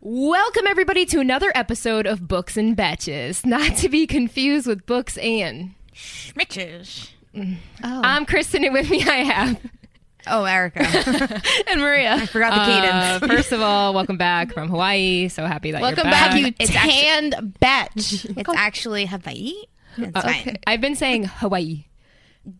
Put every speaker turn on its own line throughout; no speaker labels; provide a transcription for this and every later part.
Welcome, everybody, to another episode of Books and Batches, not to be confused with Books and.
Mitches.
Oh,
I'm Kristen, and with me I have.
oh, Erica.
And Maria. I
forgot the cadence.
Uh, first of all, welcome back from Hawaii. So happy that
Welcome
you're
back,
back.
you
It's
tanned bitch.
it's actually Hawaii. It's fine.
Uh, I've been saying Hawaii.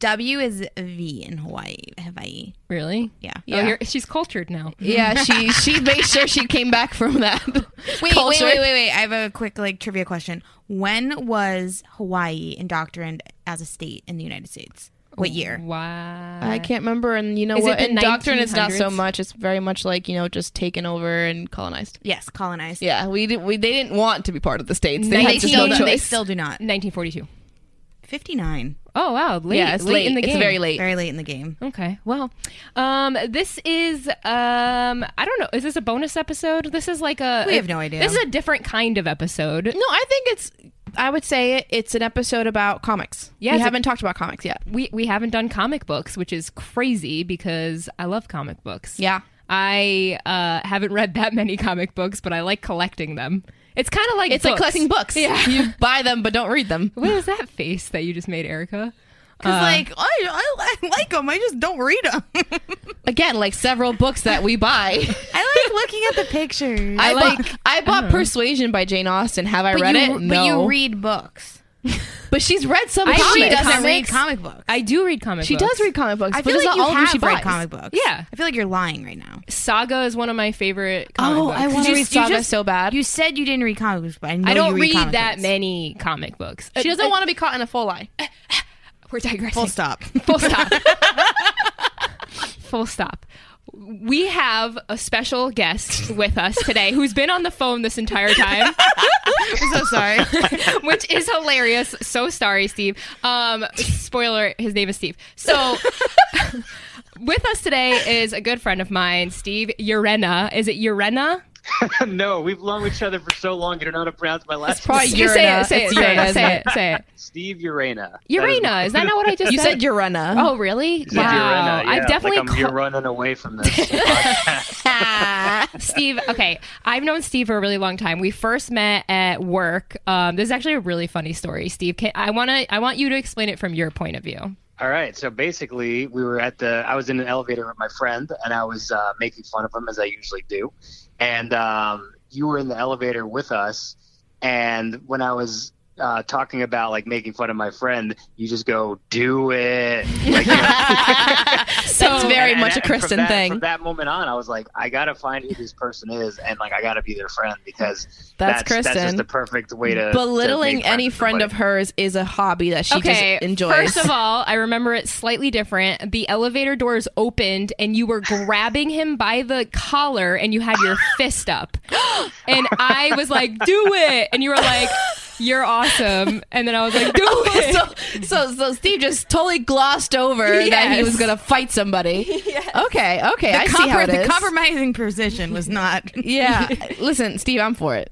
W is V in Hawaii. Hawaii.
Really?
Yeah.
Yeah. Oh, you're, she's cultured now.
Yeah, she she made sure she came back from that.
Wait, wait,
culture.
wait, wait, wait. I have a quick like trivia question. When was Hawaii indoctrined as a state in the United States? What year?
Oh. Wow.
I can't remember, and you know
Is it
what?
the
In doctrine, it's not so
1900s?
much. It's very much like you know, just taken over and colonized.
Yes, colonized.
Yeah, we did, we they didn't want to be part of the states. They had just no
19
choice.
they still do not.
1942.
59.
Oh, wow. Late,
yeah, it's late,
in the game.
It's very late.
Very late in the game.
Okay. Well, um, this is um, I don't know. Is this a bonus episode? This is like a
We have no idea.
This is a different kind of episode.
no, I think it's. I would say it, it's an episode about comics.
Yeah,
we
it's a-
haven't talked about comics yet.
We we haven't done comic books, which is crazy because I love comic books.
Yeah.
I uh, haven't read that many comic books, but I like collecting them. It's kind of like
It's like collecting books.
Yeah.
you buy them but don't read them.
What is that face that you just made, Erica?
Uh,
Because, like, I, I, I like them. I just don't read them.
Again, like several books that we buy.
I like looking at the pictures.
I,
like-
bought, I bought Persuasion by Jane Austen. Have I
but
read
you,
it?
But
no.
you read books.
But she's read some
I-
comics.
she
She doesn't
Comics.
read comic books.
I do read comic.
She
books.
does read comic books.
I
but
feel
it's
like
not
you
all of them
have
she
read
buys.
comic books.
Yeah.
I feel like you're lying right now.
Saga is one of my favorite. Comic
Oh,
books.
I want to
You-
read Oh,
you
Saga
just-
so bad.
You said you didn't read comic books, but I know
I don't
you read,
read,
comic
that
books.
many comic books.
she doesn't
Uh,
want to be caught in a full lie.
We're digressing.
Full stop.
Full stop. Full stop. We have a special guest with us today who's been on the phone this entire time,
I'm so sorry.
which is hilarious. So sorry, Steve. Um, spoiler, his name is Steve. So. With us today is a good friend of mine, Steve Urena. Is it Urena?
no, we've known each other for so long. You don't know how to pronounce my last
probably-
name.
You say it,
Urena.
say it,
It's
say
Urena,
it, say
isn't
it, say it.
Steve Urena.
Urena, is that not what I just
you
said?
said Urena.
Oh, really?
Steve Urena, yeah.
I've definitely
like I'm,
ca-
you're running away from this.
Steve, okay, I've known Steve for a really long time. We first met at work. Um, this is actually a really funny story, Steve. Can, I want to, I want you to explain it from your point of view.
All right. So basically, we were at the. I was in an elevator with my friend, and I was uh, making fun of him as I usually do. And um, you were in the elevator with us, and when I was uh, talking about like making fun of my friend, you just go, "Do it." Like, you know?
So
That's very
And-
much
and
a
from
Kristen
that-
thing.
From that moment on, I was like, I gotta find who this person is, and like I gotta be their friend because
That's
that's That's
Kristen.
just the perfect way to
Belittling any friend of
hers.
hers is a hobby that she
okay,
just enjoys.
first of all, I remember it slightly different. The elevator doors opened, and you were grabbing him by the collar, and you had your fist up, and I was like, "Do it!" And you were like, "You're awesome," and then I was like, "Do it!"
so, so, so Steve just totally glossed over that he
Yes.
was going to fight somebody. Okay, okay, I see
Compro-
how it
the
is.
compromising position was not.
yeah, listen, Steve, I'm for it.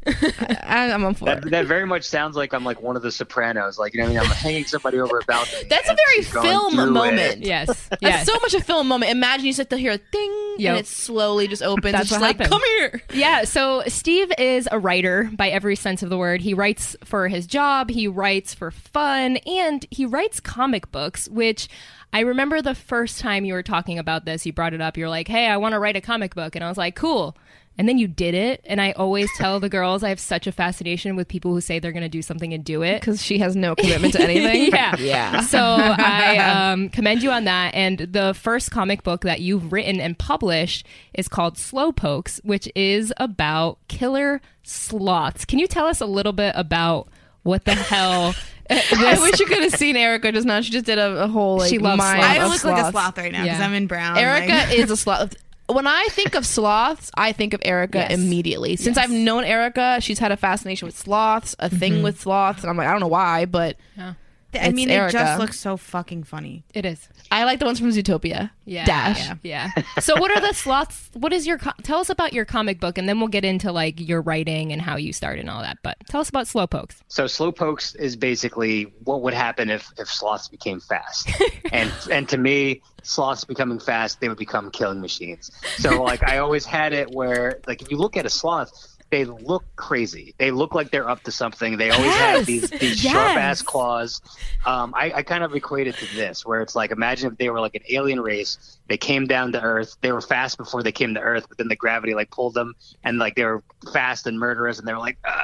I, I'm on for
That,
it.
that very much sounds like I'm like one of the Sopranos. Like you know, what I mean, I'm hanging somebody over a balcony.
That's a
and
very
she's going,
film
"Do it."
moment.
yes, yes.
That's so much a film moment. Imagine you sit to hear a ding
Yep.
and it slowly just opens.
That's
it's
what
just like,
happened.
come here.
Yeah, so Steve is a writer by every sense of the word. He writes for his job, he writes for fun, and he writes comic books, which I remember the first time you were talking about this, you brought it up. You're like, hey, I want to write a comic book. And I was like, cool. And then you did it. And I always tell the girls I have such a fascination with people who say they're going to do something and do it.
Because she has no commitment to anything.
yeah.
Yeah.
So I um, commend you on that. And the first comic book that you've written and published is called Slow Pokes, which is about killer sloths. Can you tell us a little bit about what the hell?
I wish you could have seen Erica just now. She just did a, a whole like
She loves
mind
sloths.
I look
of
like a
sloths.
sloth right now because
Yeah.
I'm in brown.
Erica
like-
is a sloth. When I think of sloths, I think of Erica
Yes.
immediately. Since
Yes.
I've known Erica, she's had a fascination with sloths, a thing with sloths, and I'm like, I don't know why, but
I mean, they
Erica.
just look so fucking funny.
It is.
I like the ones from Zootopia.
Yeah.
Dash.
Yeah. So what are the sloths? What is your, co- tell us about your comic book and then we'll get into like your writing and how you started and all that. But tell us about Slow Pokes.
So slowpokes is basically what would happen if, if sloths became fast, and and to me, sloths becoming fast, they would become killing machines. So like I always had it where like if you look at a sloth, they look crazy. They look like they're up to something. They always
Yes.
have these, these
Yes.
sharp ass claws. Um, I, I kind of equate it to this, where it's like imagine if they were like an alien race. They came down to Earth. They were fast before they came to Earth, but then the gravity like pulled them, and like they were fast and murderous, and they were like, uh,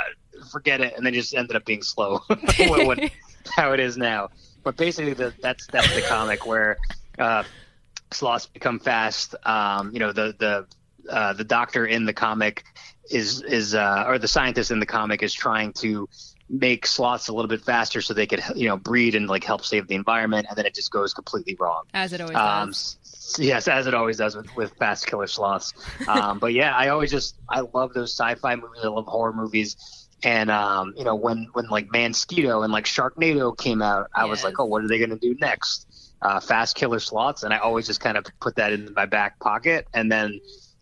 forget it, and they just ended up being slow. what, what, how it is now. But basically, the, that's that's the comic where uh, sloths become fast. Um, you know, the the uh, the doctor in the comic is is uh, or the scientist in the comic is trying to make sloths a little bit faster so they could you know breed and like help save the environment, and then it just goes completely wrong.
as it always
Um,
does.
s- yes, as it always does with, with fast killer sloths. Um, but yeah, I always just I love those sci-fi movies. I love horror movies. And um, you know when when like Mansquito and like Sharknado came out, I was
Yes.
like, oh, what are they going to do next? Uh, fast killer sloths, and I always just kind of put that in my back pocket. And then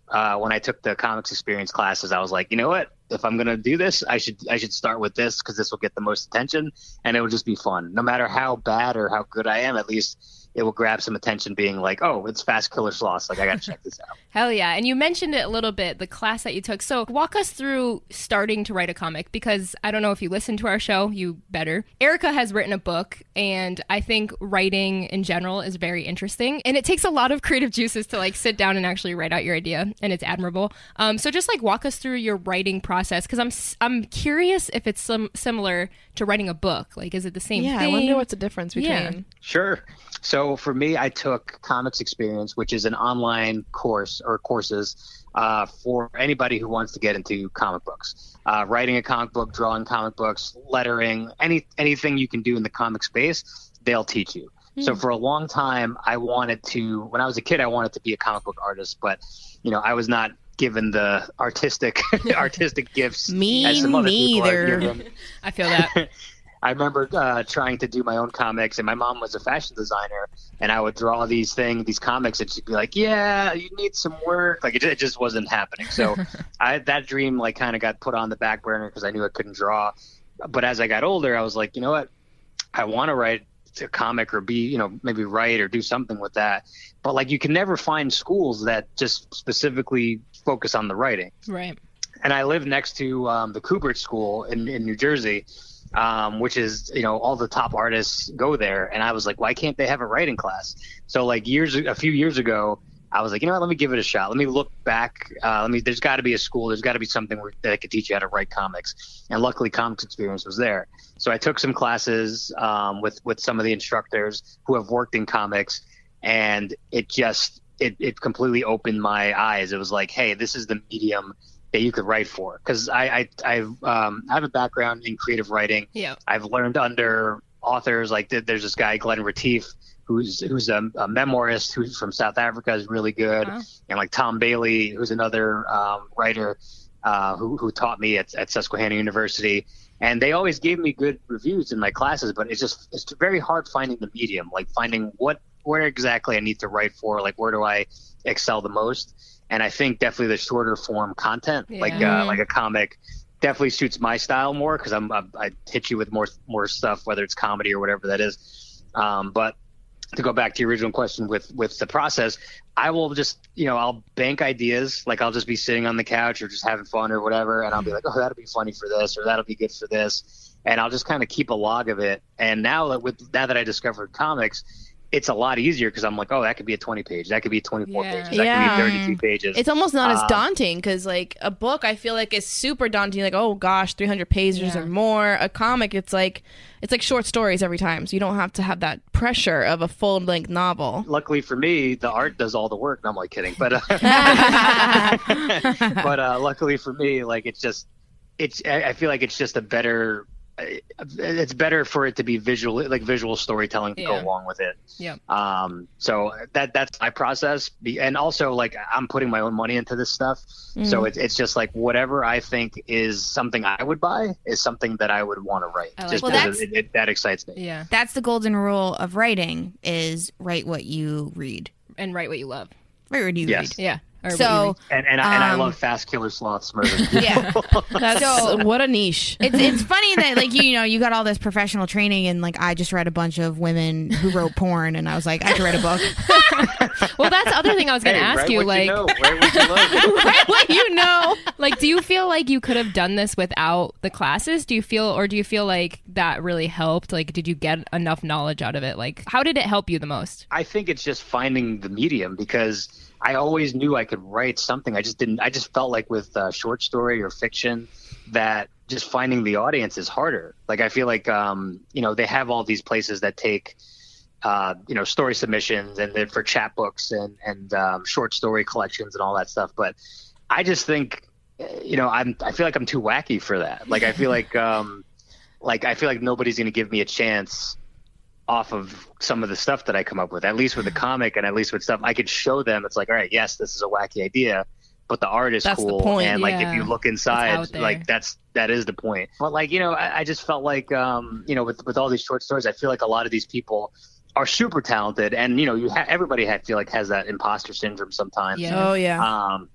uh, when I took the comics experience classes, I was like, you know what? If I'm going to do this, I should I should start with this because this will get the most attention, and it will just be fun. No matter how bad or how good I am, at least it will grab some attention being like, oh, it's Fast Killer Sloths. Like, I got to check this out.
Hell yeah. And you mentioned it a little bit, the class that you took. So walk us through starting to write a comic because I don't know if you listen to our show, you better. Erica has written a book, and I think writing in general is very interesting. And it takes a lot of creative juices to like sit down and actually write out your idea, and it's admirable. Um, so just like walk us through your writing process because I'm, s- I'm curious if it's some, similar to writing a book. Like, is it the same
Yeah,
thing?
I wonder what's the difference between.
Yeah.
Sure. So for me, I took Comics Experience, which is an online course or courses uh, for anybody who wants to get into comic books, uh, writing a comic book, drawing comic books, lettering, any anything you can do in the comic space, they'll teach you. So
Hmm.
for a long time, I wanted to. When I was a kid, I wanted to be a comic book artist, but you know, I was not given the artistic artistic gifts
Me
as some other people are
neither.
given.
I feel that.
I remember uh, trying to do my own comics, and my mom was a fashion designer, and I would draw these things, these comics, and she'd be like, "Yeah, you need some work." Like it, ju- it just wasn't happening. So I, that dream like kind of got put on the back burner because I knew I couldn't draw. But as I got older, I was like, you know what? I want to write a comic or be, you know, maybe write or do something with that. But like, you can never find schools that just specifically focus on the writing
right.
and I live next to um, the Kubert School in, in New Jersey, um, which is you know all the top artists go there. And I was like, why can't they have a writing class? So like years a few years ago, I was like, you know what? Let me give it a shot. Let me look back. Uh, let me. There's got to be a school. There's got to be something where, that I could teach you how to write comics. And luckily, Comics Experience was there. So I took some classes um, with with some of the instructors who have worked in comics, and it just it, it completely opened my eyes. It was like, hey, this is the medium that you could write for because I I I've, um, I have a background in creative writing.
Yeah.
I've learned under authors like th- there's this guy Glenn Retief who's who's a, a memoirist who's from South Africa is really good,
Wow.
and like Tom Bailey who's another um, writer uh, who who taught me at, at Susquehanna University, and they always gave me good reviews in my classes, but it's just it's very hard finding the medium, like finding what where exactly I need to write for, like where do I excel the most, and I think definitely the shorter form content, like
Yeah.
uh, like a comic definitely suits my style more because I'm, I'm I hit you with more more stuff, whether it's comedy or whatever that is. Um, but to go back to your original question with with the process, I will just you know I'll bank ideas like I'll just be sitting on the couch or just having fun or whatever, and I'll be like, oh, that'll be funny for this or that'll be good for this, and I'll just kind of keep a log of it. And now that with now that I discovered comics. It's a lot easier because I'm like, oh, that could be a 20 page, that could be 24
Yeah.
pages, that
Yeah.
could be 32 pages.
It's almost not as
Um,
daunting because, like, a book, I feel like is super daunting. Like, oh gosh, three hundred pages
Yeah.
or more. A comic, it's like, it's like short stories every time, so you don't have to have that pressure of a full length novel.
luckily for me, the art does all the work. No, I'm like kidding, but uh, but uh, luckily for me, like it's just it's. I I feel like it's just a better. uh, It's better for it to be visual, like visual storytelling to go
Yeah.
along with it.
Yeah.
Um. So that that's my process, Be- and also like I'm putting my own money into this stuff, so
Mm.
it's it's just like whatever I think is something I would buy is something that I would want to write.
I like
just
that.
because
Well, that's-
it, it, that excites me.
Yeah.
That's the golden rule of writing: is write what you read.
And write what you love.
Write what you
Yes.
read.
Yeah. Or what you
So
read.
And and, I, and I
Um,
love fast killer sloths murder.
yeah,
That's
So-
what a niche.
it's it's funny that like you know you got all this professional training and like I just read a bunch of women who wrote porn and I was like I could write a book.
well, that's the other thing I was going to ask
write
you.
what
Like,
know, write what you love.
Let you know.
like like, do you feel like you could have done this without the classes? Do you feel, or do you feel like that really helped? Like, did you get enough knowledge out of it? Like, how did it help you the most?
I think it's just finding the medium because I always knew I could write something. I just didn't. I just felt like with uh, short story or fiction that just finding the audience is harder. Like I feel like um, you know they have all these places that take uh, you know story submissions and then for chapbooks and and um, short story collections and all that stuff. But I just think uh, you know I'm I feel like I'm too wacky for that. Like I feel like um, like I feel like nobody's going to give me a chance off of some of the stuff that I come up with. At least with the comic and at least with stuff I could show them. It's like all right, yes, this is a wacky idea, but the art is
That's the
cool.
point,
and like
yeah.
if you look
out
inside,
there.
like that's that is the point. But like you know, I, I just felt like um, you know with with all these short stories, I feel like a lot of these people are super talented, and you know you ha- everybody I feel like has that imposter syndrome sometimes.
Yeah.
Oh yeah.
Um,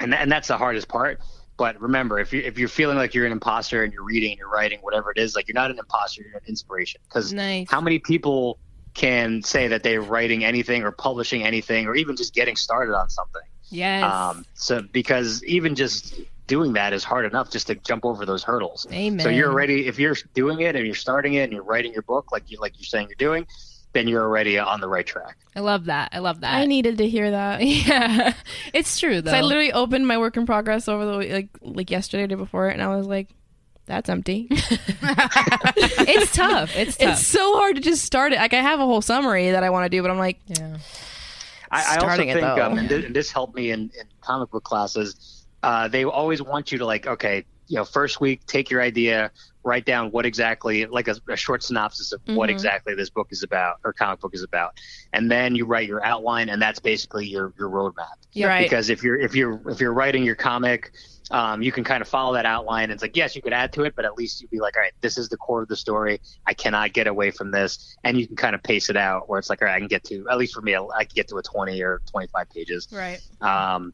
and tha- and that's the hardest part. But remember, if you if you're feeling like you're an imposter and you're reading and you're writing whatever it is, like you're not an imposter, you're an inspiration. Because
Nice.
how many people can say that they're writing anything or publishing anything or even just getting started on something?
Yes.
Um, so because even just doing that is hard enough just to jump over those hurdles.
Amen.
So you're already if you're doing it and you're starting it and you're writing your book like you like you're saying you're doing, then you're already on the right track.
I love that. I love that.
I needed to hear that.
yeah. It's true, though.
So I literally opened my work in progress over the like like yesterday the day before, and I was like, "That's empty."
it's tough. It's tough.
it's so hard to just start it. Like I have a whole summary that I want to do, but I'm like,
yeah.
I, I also
Starting it,
think,
though.
um, and, th- and this helped me in, in comic book classes. Uh, they always want you to like, okay, you know, first week, take your idea, write down what exactly, like a, a short synopsis of what
Mhm.
exactly this book is about or comic book is about, and then you write your outline, and that's basically your your roadmap.
Yeah. Right.
Because if you're if you're if you're writing your comic. Um, you can kind of follow that outline. And it's like, yes, you could add to it, but at least you'd be like, all right, this is the core of the story. I cannot get away from this. And you can kind of pace it out where it's like, all right, I can get to, at least for me, I I can get to a 20 or 25 pages.
right,
Um,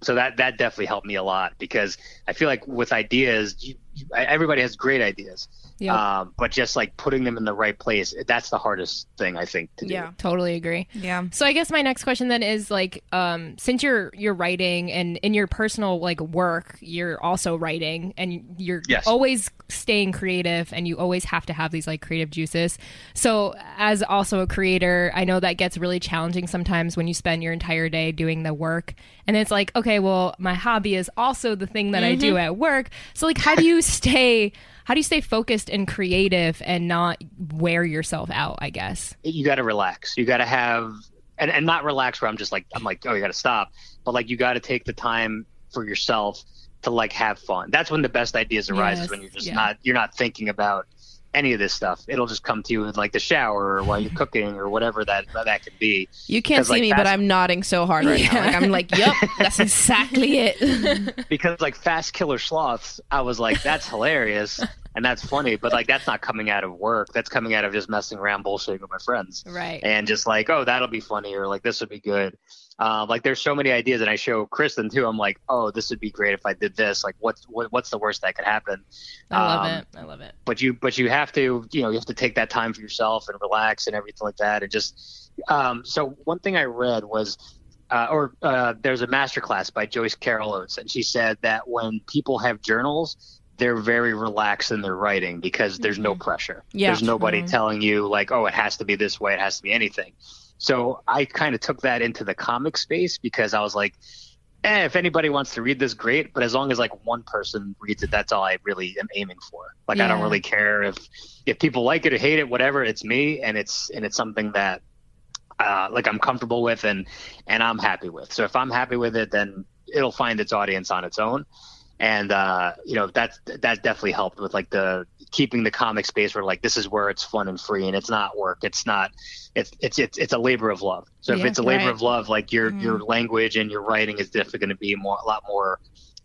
so that that definitely helped me a lot because I feel like with ideas, you, you, e, everybody has great ideas,
Yeah.
um, but just like putting them in the right place, that's the hardest thing I think to do.
yeah,
totally agree.
yeah.
So I guess my next question then is like, um, since you're you're writing and in your personal like work, you're also writing and you're
Yes.
always staying creative and you always have to have these like creative juices. So as also a creator, I know that gets really challenging sometimes when you spend your entire day doing the work and it's like, okay, well, my hobby is also the thing that I do at work. So like how do you stay how do you stay focused and creative and not wear yourself out, I guess?
you got to relax. You got to have and, and not relax where I'm just like I'm like oh you got to stop, but like you got to take the time for yourself to like have fun. That's when the best ideas arise
Yes,
is when you're just
yeah.
not you're not thinking about any of this stuff. It'll just come to you in like the shower or while you're cooking or whatever that that can be.
you can't
'Cause,
see
like,
me, but
that's-
I'm nodding so hard right now. Like I'm like, "Yep, that's exactly it."
Because like fast killer sloths, I was like that's hilarious and that's funny, but like that's not coming out of work. That's coming out of just messing around bullshitting with my friends.
Right.
and just like, oh, that'll be funny, or like this would be good. Um, like there's so many ideas, and I show Kristen too. I'm like, oh, this would be great if I did this. Like, what's what, what's the worst that could happen?
I love
Um,
it. I love it.
But you but you have to you know you have to take that time for yourself and relax and everything like that. And just um, so one thing I read was. Uh, or uh, there's a masterclass by Joyce Carol Oates, and she said that when people have journals, they're very relaxed in their writing because there's no pressure.
Yeah.
There's nobody
Mhm.
telling you like, oh, it has to be this way, it has to be anything. So I kind of took that into the comic space because I was like, eh, if anybody wants to read this, great. But as long as like one person reads it, that's all I really am aiming for. Like I don't
Yeah.
really care if if people like it or hate it, whatever. It's me, and it's and it's something that uh, like I'm comfortable with and and I'm happy with. So if I'm happy with it, then it'll find its audience on its own. And uh, you know that's that definitely helped with like the keeping the comic space where like this is where it's fun and free and it's not work. It's not it's it's it's, it's a labor of love. So if
Yeah,
it's a labor
right.
of love, like your
Mhm.
your language and your writing is definitely going to be more a lot more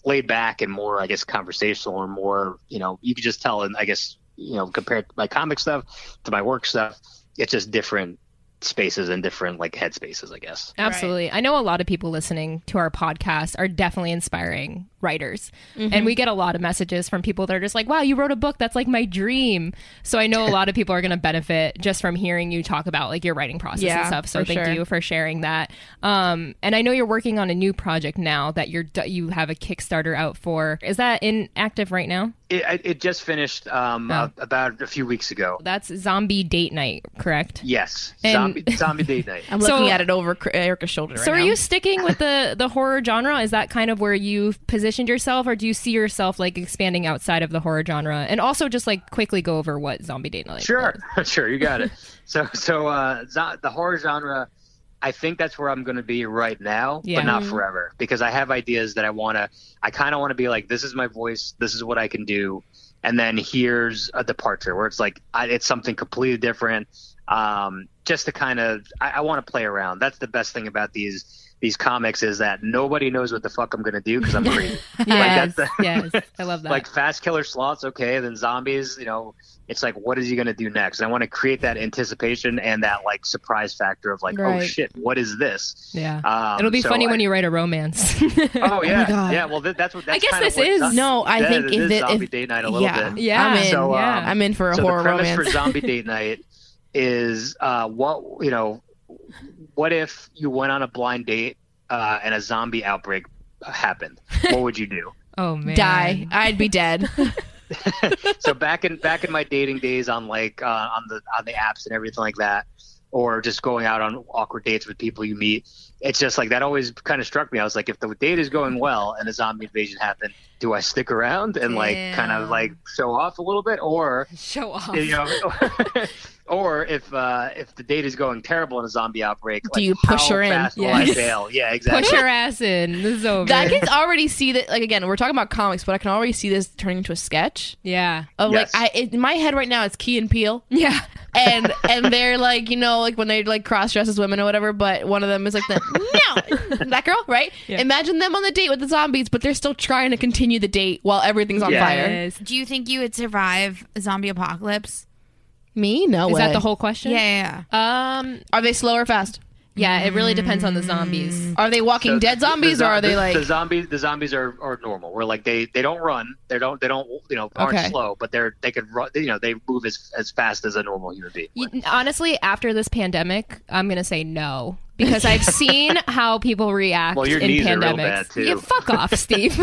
laid back and more I guess conversational or more you know you could just tell and I guess you know compared to my comic stuff to my work stuff, it's just different spaces and different like headspaces I guess.
Absolutely. I know a lot of people listening to our podcast are definitely inspiring writers.
Mm-hmm.
And we get a lot of messages from people that are just like, wow, you wrote a book. That's like my dream. So I know a lot of people are going to benefit just from hearing you talk about like your writing process and
Yeah,
stuff. So
for
thank
sure.
you for sharing that. Um, and I know you're working on a new project now that you're, d- you have a Kickstarter out for. Is that in active right now?
It, I- it just finished um, uh, about a few weeks ago.
That's zombie date night, correct?
Yes,
And-
zombie, zombie date night.
I'm
So-
looking at it over Cr- Erica's shoulder right
So are
now.
you sticking with the the horror genre? Is that kind of where you've positioned yourself, or do you see yourself like expanding outside of the horror genre? And also, just like quickly go over what Zombie Date Night.
Sure, sure, you got it. So, so uh, zo- the horror genre, I think that's where I'm going to be right now,
Yeah.
but not forever because I have ideas that I want to. I kind of want to be like, this is my voice, this is what I can do, and then here's a departure where it's like I, it's something completely different. Um, just to kind of, I, I want to play around. That's the best thing about these these comics is that nobody knows what the fuck I'm going to do because I'm crazy.
Yes,
Like, that's
yes, I love that.
like fast killer slots okay then zombies you know it's like what is he going to do next and i want to create that anticipation and that like surprise factor of like oh
Right.
shit what is this
yeah,
um,
it'll be
so
funny
I-
when you write a romance.
oh yeah
God.
yeah well th- that's what that's
guess
kinda
this
what
is-
zo-
No, I
that-
think
it
if
is
it- if-
zombie date night a little
yeah.
bit
yeah,
I'm in.
So, um,
yeah.
I'm in for a
so
horror
the premise
romance.
for zombie date night is uh, what you know what if you went on a blind date uh, and a zombie outbreak happened what would you do
oh man,
Die. I'd be dead.
so back in back in my dating days on like uh, on the on the apps and everything like that or just going out on awkward dates with people you meet it's just like that always kind of struck me i was like if the date is going well and a zombie invasion happened do i stick around and like kind of
Damn.
like show off a little bit or
Show off.
Oh.
you know or if uh if the date is going terrible in a zombie outbreak
Do
like,
you push
how
her in?
fast will i
Yes.
bail yeah exactly
Push your ass in. This is over.
I can already see that. Like again, we're talking about comics, but I can already see this turning into a sketch
yeah,
of
Yes.
like I in my head right now. It's Key and Peele,
yeah.
and and they're like you know like when they like cross dress as women or whatever. But one of them is like the no that girl right.
Yeah.
Imagine them on the date with the zombies, but they're still trying to continue the date while everything's on
Yeah.
fire.
Yes.
Do you think you would survive a zombie apocalypse?
Me no
Is
way.
that the whole question?
Yeah, yeah,
Um.
Are they slow or fast?
Yeah. It really depends on the zombies.
Are they Walking
So
Dead
the- the
zombies
zo-
or are they
the-
like
the zombies? The zombies are, are normal. Where like they, they don't run. They don't they don't you know aren't
Okay.
slow, but they're they could run. You know they move as as fast as a normal human being. would.
Y- Honestly, after this pandemic, I'm gonna say no because I've seen how people react
Well, your
in
knees are real
pandemics.
bad, too.
Yeah, fuck off, Steve.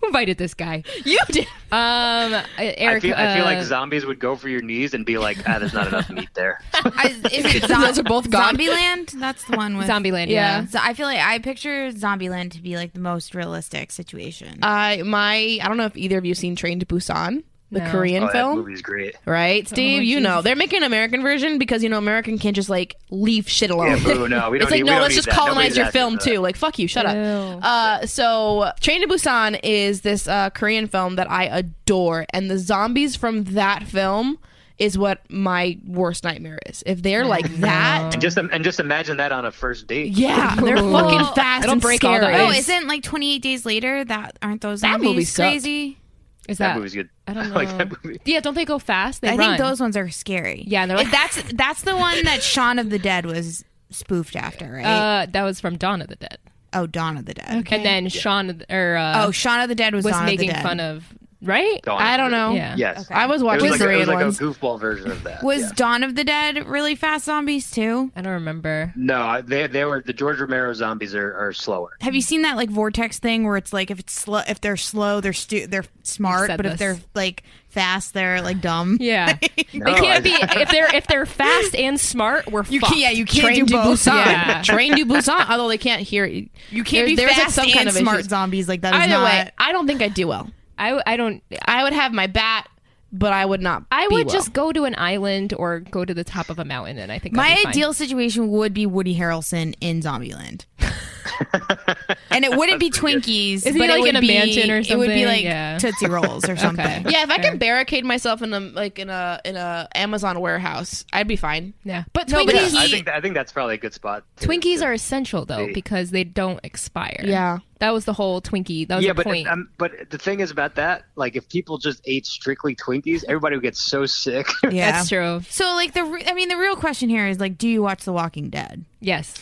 Who invited this guy?
you did?
Um, Eric.
I feel, I feel
uh,
like zombies would go for your knees and be like, ah, there's not enough meat there.
yeah. I, is it zo-
Those are both gone.
Zombieland? That's the one with
Zombieland.
Yeah.
Yeah.
So I feel like I picture Zombieland to be like the most realistic situation.
I my I don't know if either of you seen Train to Busan, the
No.
Korean
oh, that
film.
movie's great.
Right, Steve, you know
Jesus.
they're making an American version because you know American can't just like leave shit alone.
Yeah, boo, no, we don't
it's like
need, we
no,
don't
let's
need
just
that.
colonize
Nobody's
your
asking
film
for that.
too. Like fuck you, shut
Ew.
up. Uh, so Train to Busan is this uh, Korean film that I adore, and the zombies from that film is what my worst nightmare is. If they're like that,
And just and just imagine that on a first date.
yeah, they're
Ooh.
fucking fast
It'll
and
break all the
scary.
oh,
ice.
isn't like 28 days later? That aren't those
That
zombies
movie sucked.
crazy?
Is
That
that?
movie's good.
I don't know.
like that movie.
Yeah. Don't they go fast? They
I
run.
think those ones are scary.
Yeah, and they're like-
that's that's the one that Shaun of the Dead was spoofed after, right?
Uh, that was from Dawn of the Dead,
oh, Dawn of the Dead.
and then Shaun of the- or uh,
Oh, Shaun of the Dead was,
was
Dawn
making
of the Dead.
fun of right.
Dawn.
I don't know.
Yeah.
Yes.
Okay.
I was
It was,
watching
like, a, it
Korean
was like a
ones.
goofball version of that.
was
yeah.
Dawn of the Dead really fast zombies too?
I don't remember.
No, I- they they were the George Romero zombies are, are slower.
Have you seen that like vortex thing where it's like if it's slow, if they're slow, they're stu- they're smart,
said
but if
this.
they're like fast, they're like dumb.
Yeah.
No,
They can't
I-
be if they're if they're fast and smart. We're
You
fucked.
can't. Yeah, you can't
Train
do
to
both.
Busan.
Yeah.
Train to Busan. Although they can't hear it.
You can't
There-
be
there's,
fast
like, some
and
kind of
smart
issues.
zombies like that. is
Either
not-
way, I don't think I'd do well.
I I don't.
I would have my bat, but I would not.
I
be
would
well.
just go to an island or go to the top of a mountain, and I think I'd
my
be fine.
ideal situation would be Woody Harrelson in Zombieland, and it wouldn't be Twinkies.
Isn't he,
but it
like,
would
in a
be,
mansion or
It would
something?
be like
Yeah.
Tootsie Rolls or something.
Yeah, if I
Fair.
can barricade myself in a like in a in a Amazon warehouse, I'd be fine.
Yeah, but
No, but
Twinkies,
I think I think that's probably a good spot. to-
Twinkies
to-
are essential though because they don't expire.
Yeah.
that was the whole Twinkie. That was
yeah,
the
but
point.
um, but the thing is about that, like if people just ate strictly Twinkies, everybody would get so sick.
yeah.
That's true.
So like the, re- I mean, the real question here is like, do you watch The Walking Dead?
Yes,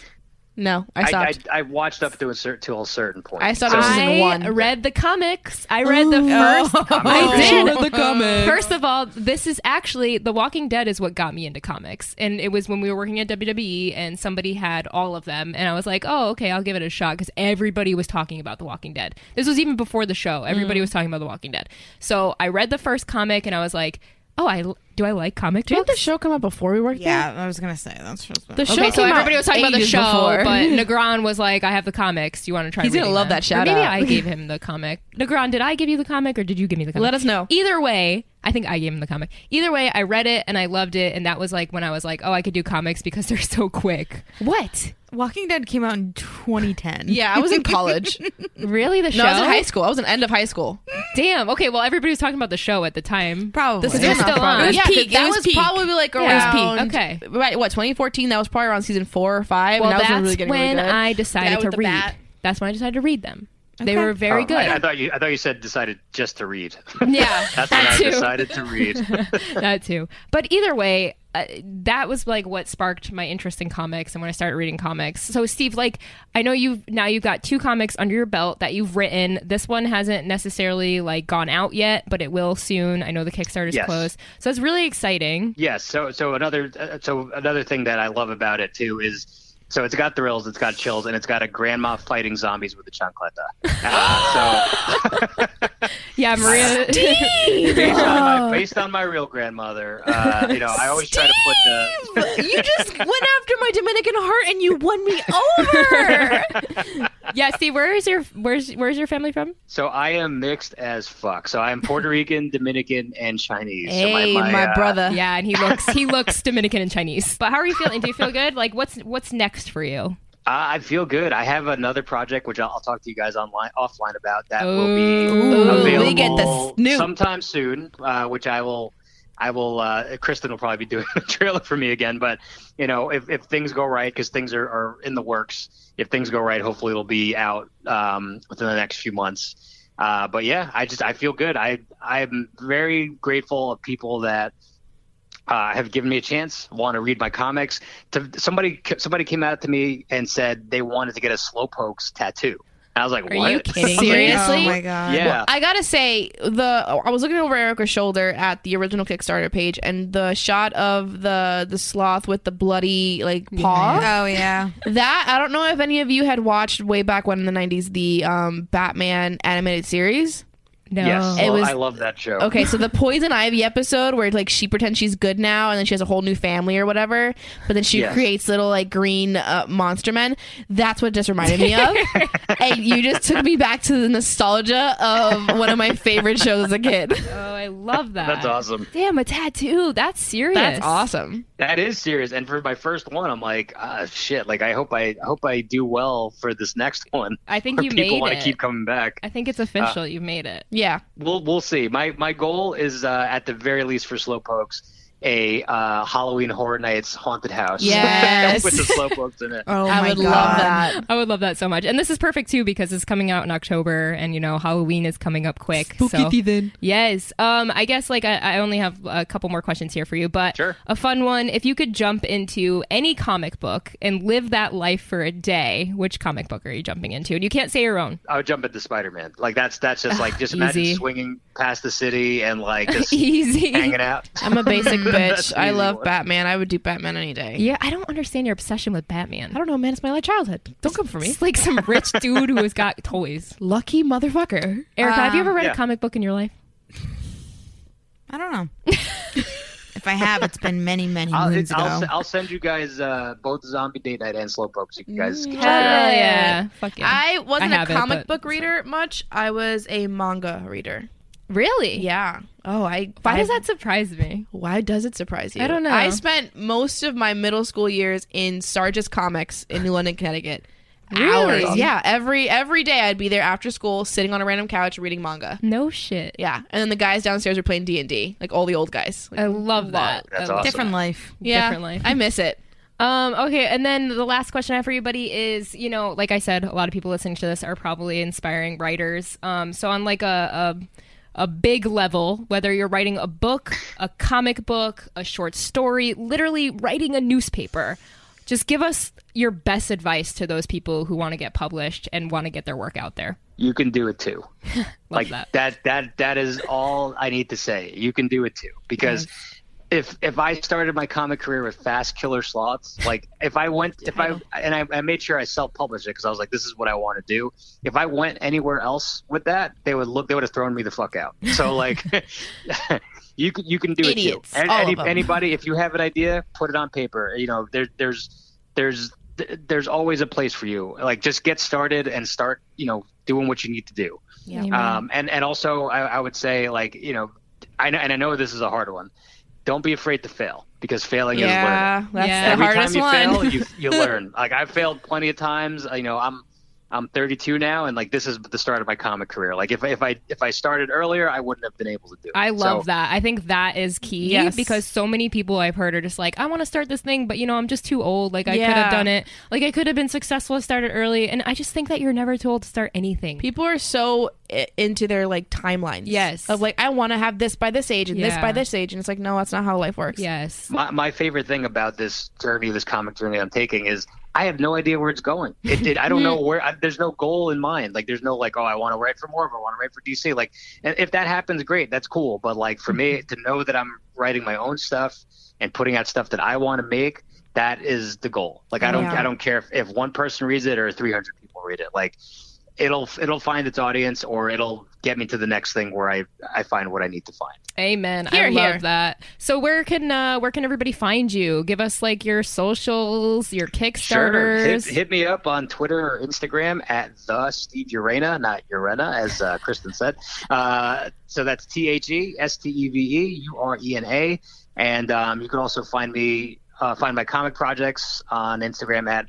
No, I
I,
stopped.
I, I watched up to a certain to a certain point.
I stopped
So- oh,
Season
I
one.
read the comics. I read the
Oh.
first.
Oh.
I did.
Read the comics.
First of all, this is actually The Walking Dead is what got me into comics, and it was when we were working at WWE, and somebody had all of them, and I was like, "Oh, okay, I'll give it a shot," because everybody was talking about The Walking Dead. This was even before the show.
Mm.
Everybody was talking about The Walking Dead. So I read the first comic, and I was like, "Oh, I do I like comic
Didn't
books?"
the show come out before we worked there?
Yeah, I was gonna say that's just.
The show
Okay, so
came out
everybody was talking about the
ages
show,
before.
but Negron was like, "I have the comics. Do you want to try?"
He's gonna
reading
love
them?"
that shout
or maybe
out.
I gave him the comic. Negron, did I give you the comic or did you give me the comic?
Let us know.
Either way, I think I gave him the comic. Either way, I read it and I loved it, and that was like when I was like, "Oh, I could do comics because they're so quick." What?
Walking Dead came out in 2010.
yeah, I was in college.
Really? The show?
No, I was in high school. I was in end of high school.
Damn. Okay, well, everybody was talking about the show at the time.
probably.
This is still on.
It was
yeah, 'cause
peak.
that
It was
was,
peak.
probably like
Yeah. It was
around
peak. Okay.
right, what 2014. That was probably around season four or five.
Well,
and that was
that's
when really getting really
when
good.
I
Guy
decided
with
to
the
read.
bat.
That's when I decided to read them. They
Okay.
were very
Oh,
good.
I, I thought you I thought you said decided just to read.
yeah,
That's when
that
I
too.
decided to read.
that too. But either way, uh, that was like what sparked my interest in comics and when I started reading comics. So Steve, like I know you've now you've got two comics under your belt that you've written. This one hasn't necessarily like gone out yet, but it will soon. I know the Kickstarter's
Yes.
closed. So it's really exciting.
Yes. So so another uh, so another thing that I love about it too is so it's got thrills, it's got chills, and it's got a grandma fighting zombies with a chancleta. Uh,
Yeah, Maria
so based
Oh.
on, my, based on my real grandmother, uh, you know, I always try to put the
you just went after my Dominican heart and you won me over.
Yeah, Steve, where is your where's where's your family from?
so I am mixed as fuck. So I am Puerto Rican, Dominican, and Chinese. So
hey, my,
uh,
brother.
Yeah, and he looks he looks Dominican and Chinese. But how are you feeling? Do you feel good? Like what's what's next for you?
Uh, I feel good. I have another project which I'll, I'll talk to you guys online offline about that will be
Ooh.
available
we get the snoop.
sometime soon, uh, which I will. I will. Uh, Kristen will probably be doing the trailer for me again, but you know, if, if things go right, because things are, are in the works. If things go right, hopefully it'll be out um, within the next few months. Uh, but yeah, I just I feel good. I I'm very grateful of people that uh, have given me a chance, want to read my comics. To, somebody somebody came out to me and said they wanted to get a Slowpoke's tattoo. And I was like,
Are
what?
you kidding?
Seriously?
Oh my god.
Yeah.
I gotta say the I was looking over Erica's shoulder at the original Kickstarter page and the shot of the the sloth with the bloody like paw.
Oh yeah.
That I don't know if any of you had watched way back when in the '90s the um, Batman animated series.
No.
Yes,
It
well,
was-
I love that show.
Okay, so the poison ivy episode where like she pretends she's good now, and then she has a whole new family or whatever, but then she
Yes.
creates little like green uh, monster men. That's what it just reminded me of, and you just took me back to the nostalgia of one of my favorite shows as a kid.
Oh, I love that.
That's awesome.
Damn, a tattoo. That's serious.
That's awesome.
That is serious. And for my first one, I'm like, ah, shit. Like, I hope I I hope I do well for this next one.
I think
where
you
people
made
want
it.
to keep Uh. coming back.
I think it's official. you made it.
Yeah,
We'll we'll see. My my goal is uh, at the very least for Slowpokes a uh, Halloween Horror Nights haunted house.
Yes.
with the Slowpokes in it.
Oh
I
my
would
god.
love that.
I would love that so much. And this is perfect too because it's coming out in October and you know Halloween is coming up quick. so yes. Um I guess like I, I only have a couple more questions here for you, but
Sure.
a fun one, if you could jump into any comic book and live that life for a day, which comic book are you jumping into? And you can't say your own.
I would jump at the Spider Man. Like that's that's just like just
Easy.
imagine swinging past the city and like just
Easy.
hanging out.
I'm a basic bitch.
That's an
I
easy
love
one.
Batman. I would do Batman any day.
Yeah, I don't understand your obsession with Batman.
I don't know, man. It's my childhood. Don't come for me.
It's like some rich dude who has got toys.
Lucky motherfucker.
Erica, have you ever read
Um, yeah.
a comic book in your life?
I don't know. if I have, it's been many, many
I'll,
moons
it's, I'll,
ago.
I'll send you guys uh, both Zombie Date Night and Slowpokes. You can guys
Mm,
can check it out.
Hell
yeah.
Fuck yeah.
I wasn't
I
a
have it,
comic
but-
book reader much. I was a manga reader.
really?
Yeah. Oh, I.
Why
I-
does that surprise me?
Why does it surprise you?
I don't know.
I spent most of my middle school years in Sarge's Comics in New London, Connecticut.
Really?
Hours. Yeah. Every every day, I'd be there after school, sitting on a random couch reading manga.
No shit.
Yeah. And then the guys downstairs were playing D and D, like all the old guys. Like,
I love that.
That's
I love
awesome.
Different life.
yeah.
Oh, different life.
I miss it.
Um, okay, and then the last question I have for you, buddy, is you know, like I said, a lot of people listening to this are probably inspiring writers. Um, so on like a, a a big level, whether you're writing a book, a comic book, a short story, literally writing a newspaper, just give us your best advice to those people who want to get published and want to get their work out there.
You can do it too. like
that.
that. that that is all I need to say. You can do it too because if if I started my comic career with Fast Killer Sloths, like if I went if I and I, I made sure I self published it because I was like this is what I want to do. If I went anywhere else with that, they would look they would have thrown me the fuck out. So like. You can, you can do
Idiots,
it too. An-
all of
any-
them.
Anybody, if you have an idea, put it on paper. You know, there, there's there's th- there's always a place for you. Like just get started and start, you know, doing what you need to do.
Yeah.
Mm-hmm.
Um, and and also I, I would say like you know, I know and I know this is a hard one. Don't be afraid to fail because failing is learning.
Yeah, that's
Yeah.
the
Every
hardest
time you
one.
fail, you you learn. Like I've failed plenty of times. You know, I'm I'm 32 now, and like this is the start of my comic career. Like if if I if I started earlier, I wouldn't have been able to do. It.
I love
So-
that. I think that is key
Yes.
because so many people I've heard are just like, I want to start this thing, but you know, I'm just too old. Like, I could
Yeah.
have done it. Like, I could have been successful. I started early. And I just think that you're never too old to start anything.
People are so i- into their like timelines.
Yes.
Of like, I want to have this by this age and this
Yeah.
by this age. And it's like, no, that's not how life works.
yes.
My, my favorite thing about this journey, this comic journey I'm taking, is I have no idea where it's going. It, it, I don't know where. I, there's no goal in mind. Like there's no like, oh, I want to write for Marvel, I want to write for DC. Like, and if that happens, great, that's cool. But like for me, to know that I'm writing my own stuff and putting out stuff that I want to make, that is the goal. Like I don't,
Yeah.
I don't care if, if one person reads it or 300 people read it. Like it'll it'll find its audience or it'll get me to the next thing where I I find what I need to find.
Amen. I
Here,
love
here.
that. So where can uh where can everybody find you? Give us like your socials, your Kickstarters.
Hit, hit me up on Twitter or Instagram at the Steve Urena, not Urena, as uh, Kristen said. Uh, so that's T H E S T E V E U R E N A, and um, you can also find me uh, find my comic projects on Instagram at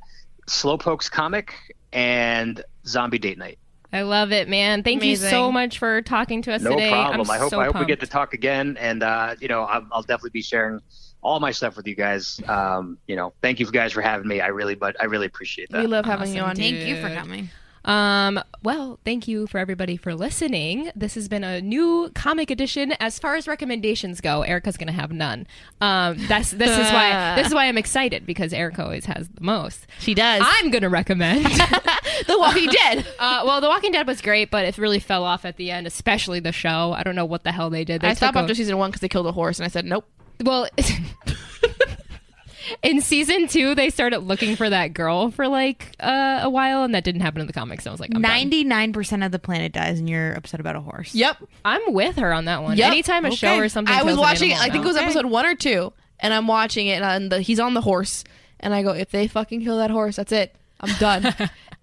Slowpokes Comic and Zombie Date Night.
I love it, man. Thank you so
Amazing.
much for talking to us
No
today.
problem.
I'm
I hope
so
I hope we get
pumped.
to talk again, and uh, you know I'll, I'll definitely be sharing all my stuff with you guys. Um, you know, thank you guys for having me. I really, but I really appreciate that.
We love having you on.
Awesome,
Thank you for
Dude.
coming.
Um, well, thank you for everybody for listening. This has been a new comic edition. As far as recommendations go, Erica's gonna have none. Um, that's this is why this is why I'm excited because Erica always has the most.
She does.
I'm gonna recommend.
the Walking Dead.
uh, well, The Walking Dead was great, but it really fell off at the end, especially the show. I don't know what the hell they did. They
I
took
stopped
a-
after season one because they killed a horse, and I said, nope.
well. In season two, they started looking for that girl for like uh, a while, and that didn't happen in the comics. So I was like, I'm done.
Ninety-nine percent of the planet dies, and you're upset about a horse.
Yep.
I'm with her on that one.
Yep.
Anytime a show
Okay.
or something,
I was
kills an
watching.
animal,
I think it
no.
was episode one or two, and I'm watching it, and the, he's on the horse, and I go, "If they fucking kill that horse, that's it. I'm done."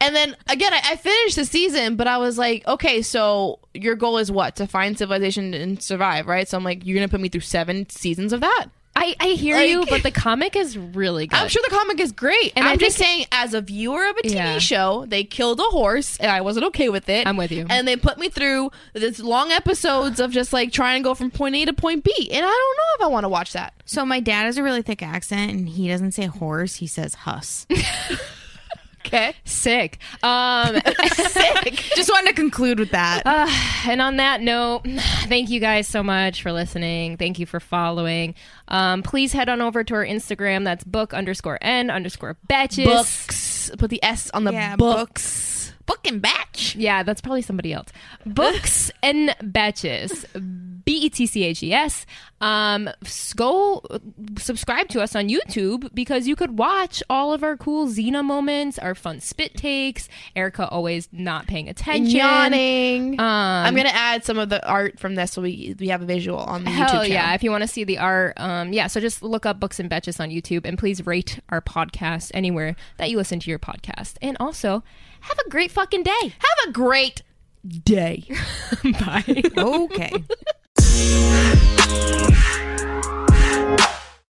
and then again, I, I finished the season, but I was like, "Okay, so your goal is what? To find civilization and survive, right?" So I'm like, "You're gonna put me through seven seasons of that."
I, I hear
Like-
you, but the comic is really good.
I'm sure the comic is great, and
And I
I'm just
think-
saying, as a viewer of a TV
Yeah.
show, they killed a horse, and I wasn't okay with it.
I'm with you.
And they put me through this long episodes of just like trying to go from point A to point B, and I don't know if I want to watch that.
So my dad has a really thick accent, and he doesn't say horse; he says huss.
Okay.
Sick. Um,
sick.
Just wanted to conclude with that.
uh, and on that note, thank you guys so much for listening. Thank you for following. Um, please head on over to our Instagram. That's book underscore n underscore batches.
Books. Put the S on the
Yeah,
books.
Book and batch.
Yeah, that's probably somebody else. Books and batches. B E T C H E S. Um, s- go uh, subscribe to us on YouTube because you could watch all of our cool Xena moments, our fun spit takes. Erica always not paying attention. Um,
Yawning. I'm gonna add some of the art from this so we we have a visual on the YouTube
Hell
channel.
yeah! If you want to see the art, um, yeah. So just look up Books and Betches on YouTube, and please rate our podcast anywhere that you listen to your podcast. And also, have a great fucking day.
Have a great day.
Bye.
Okay.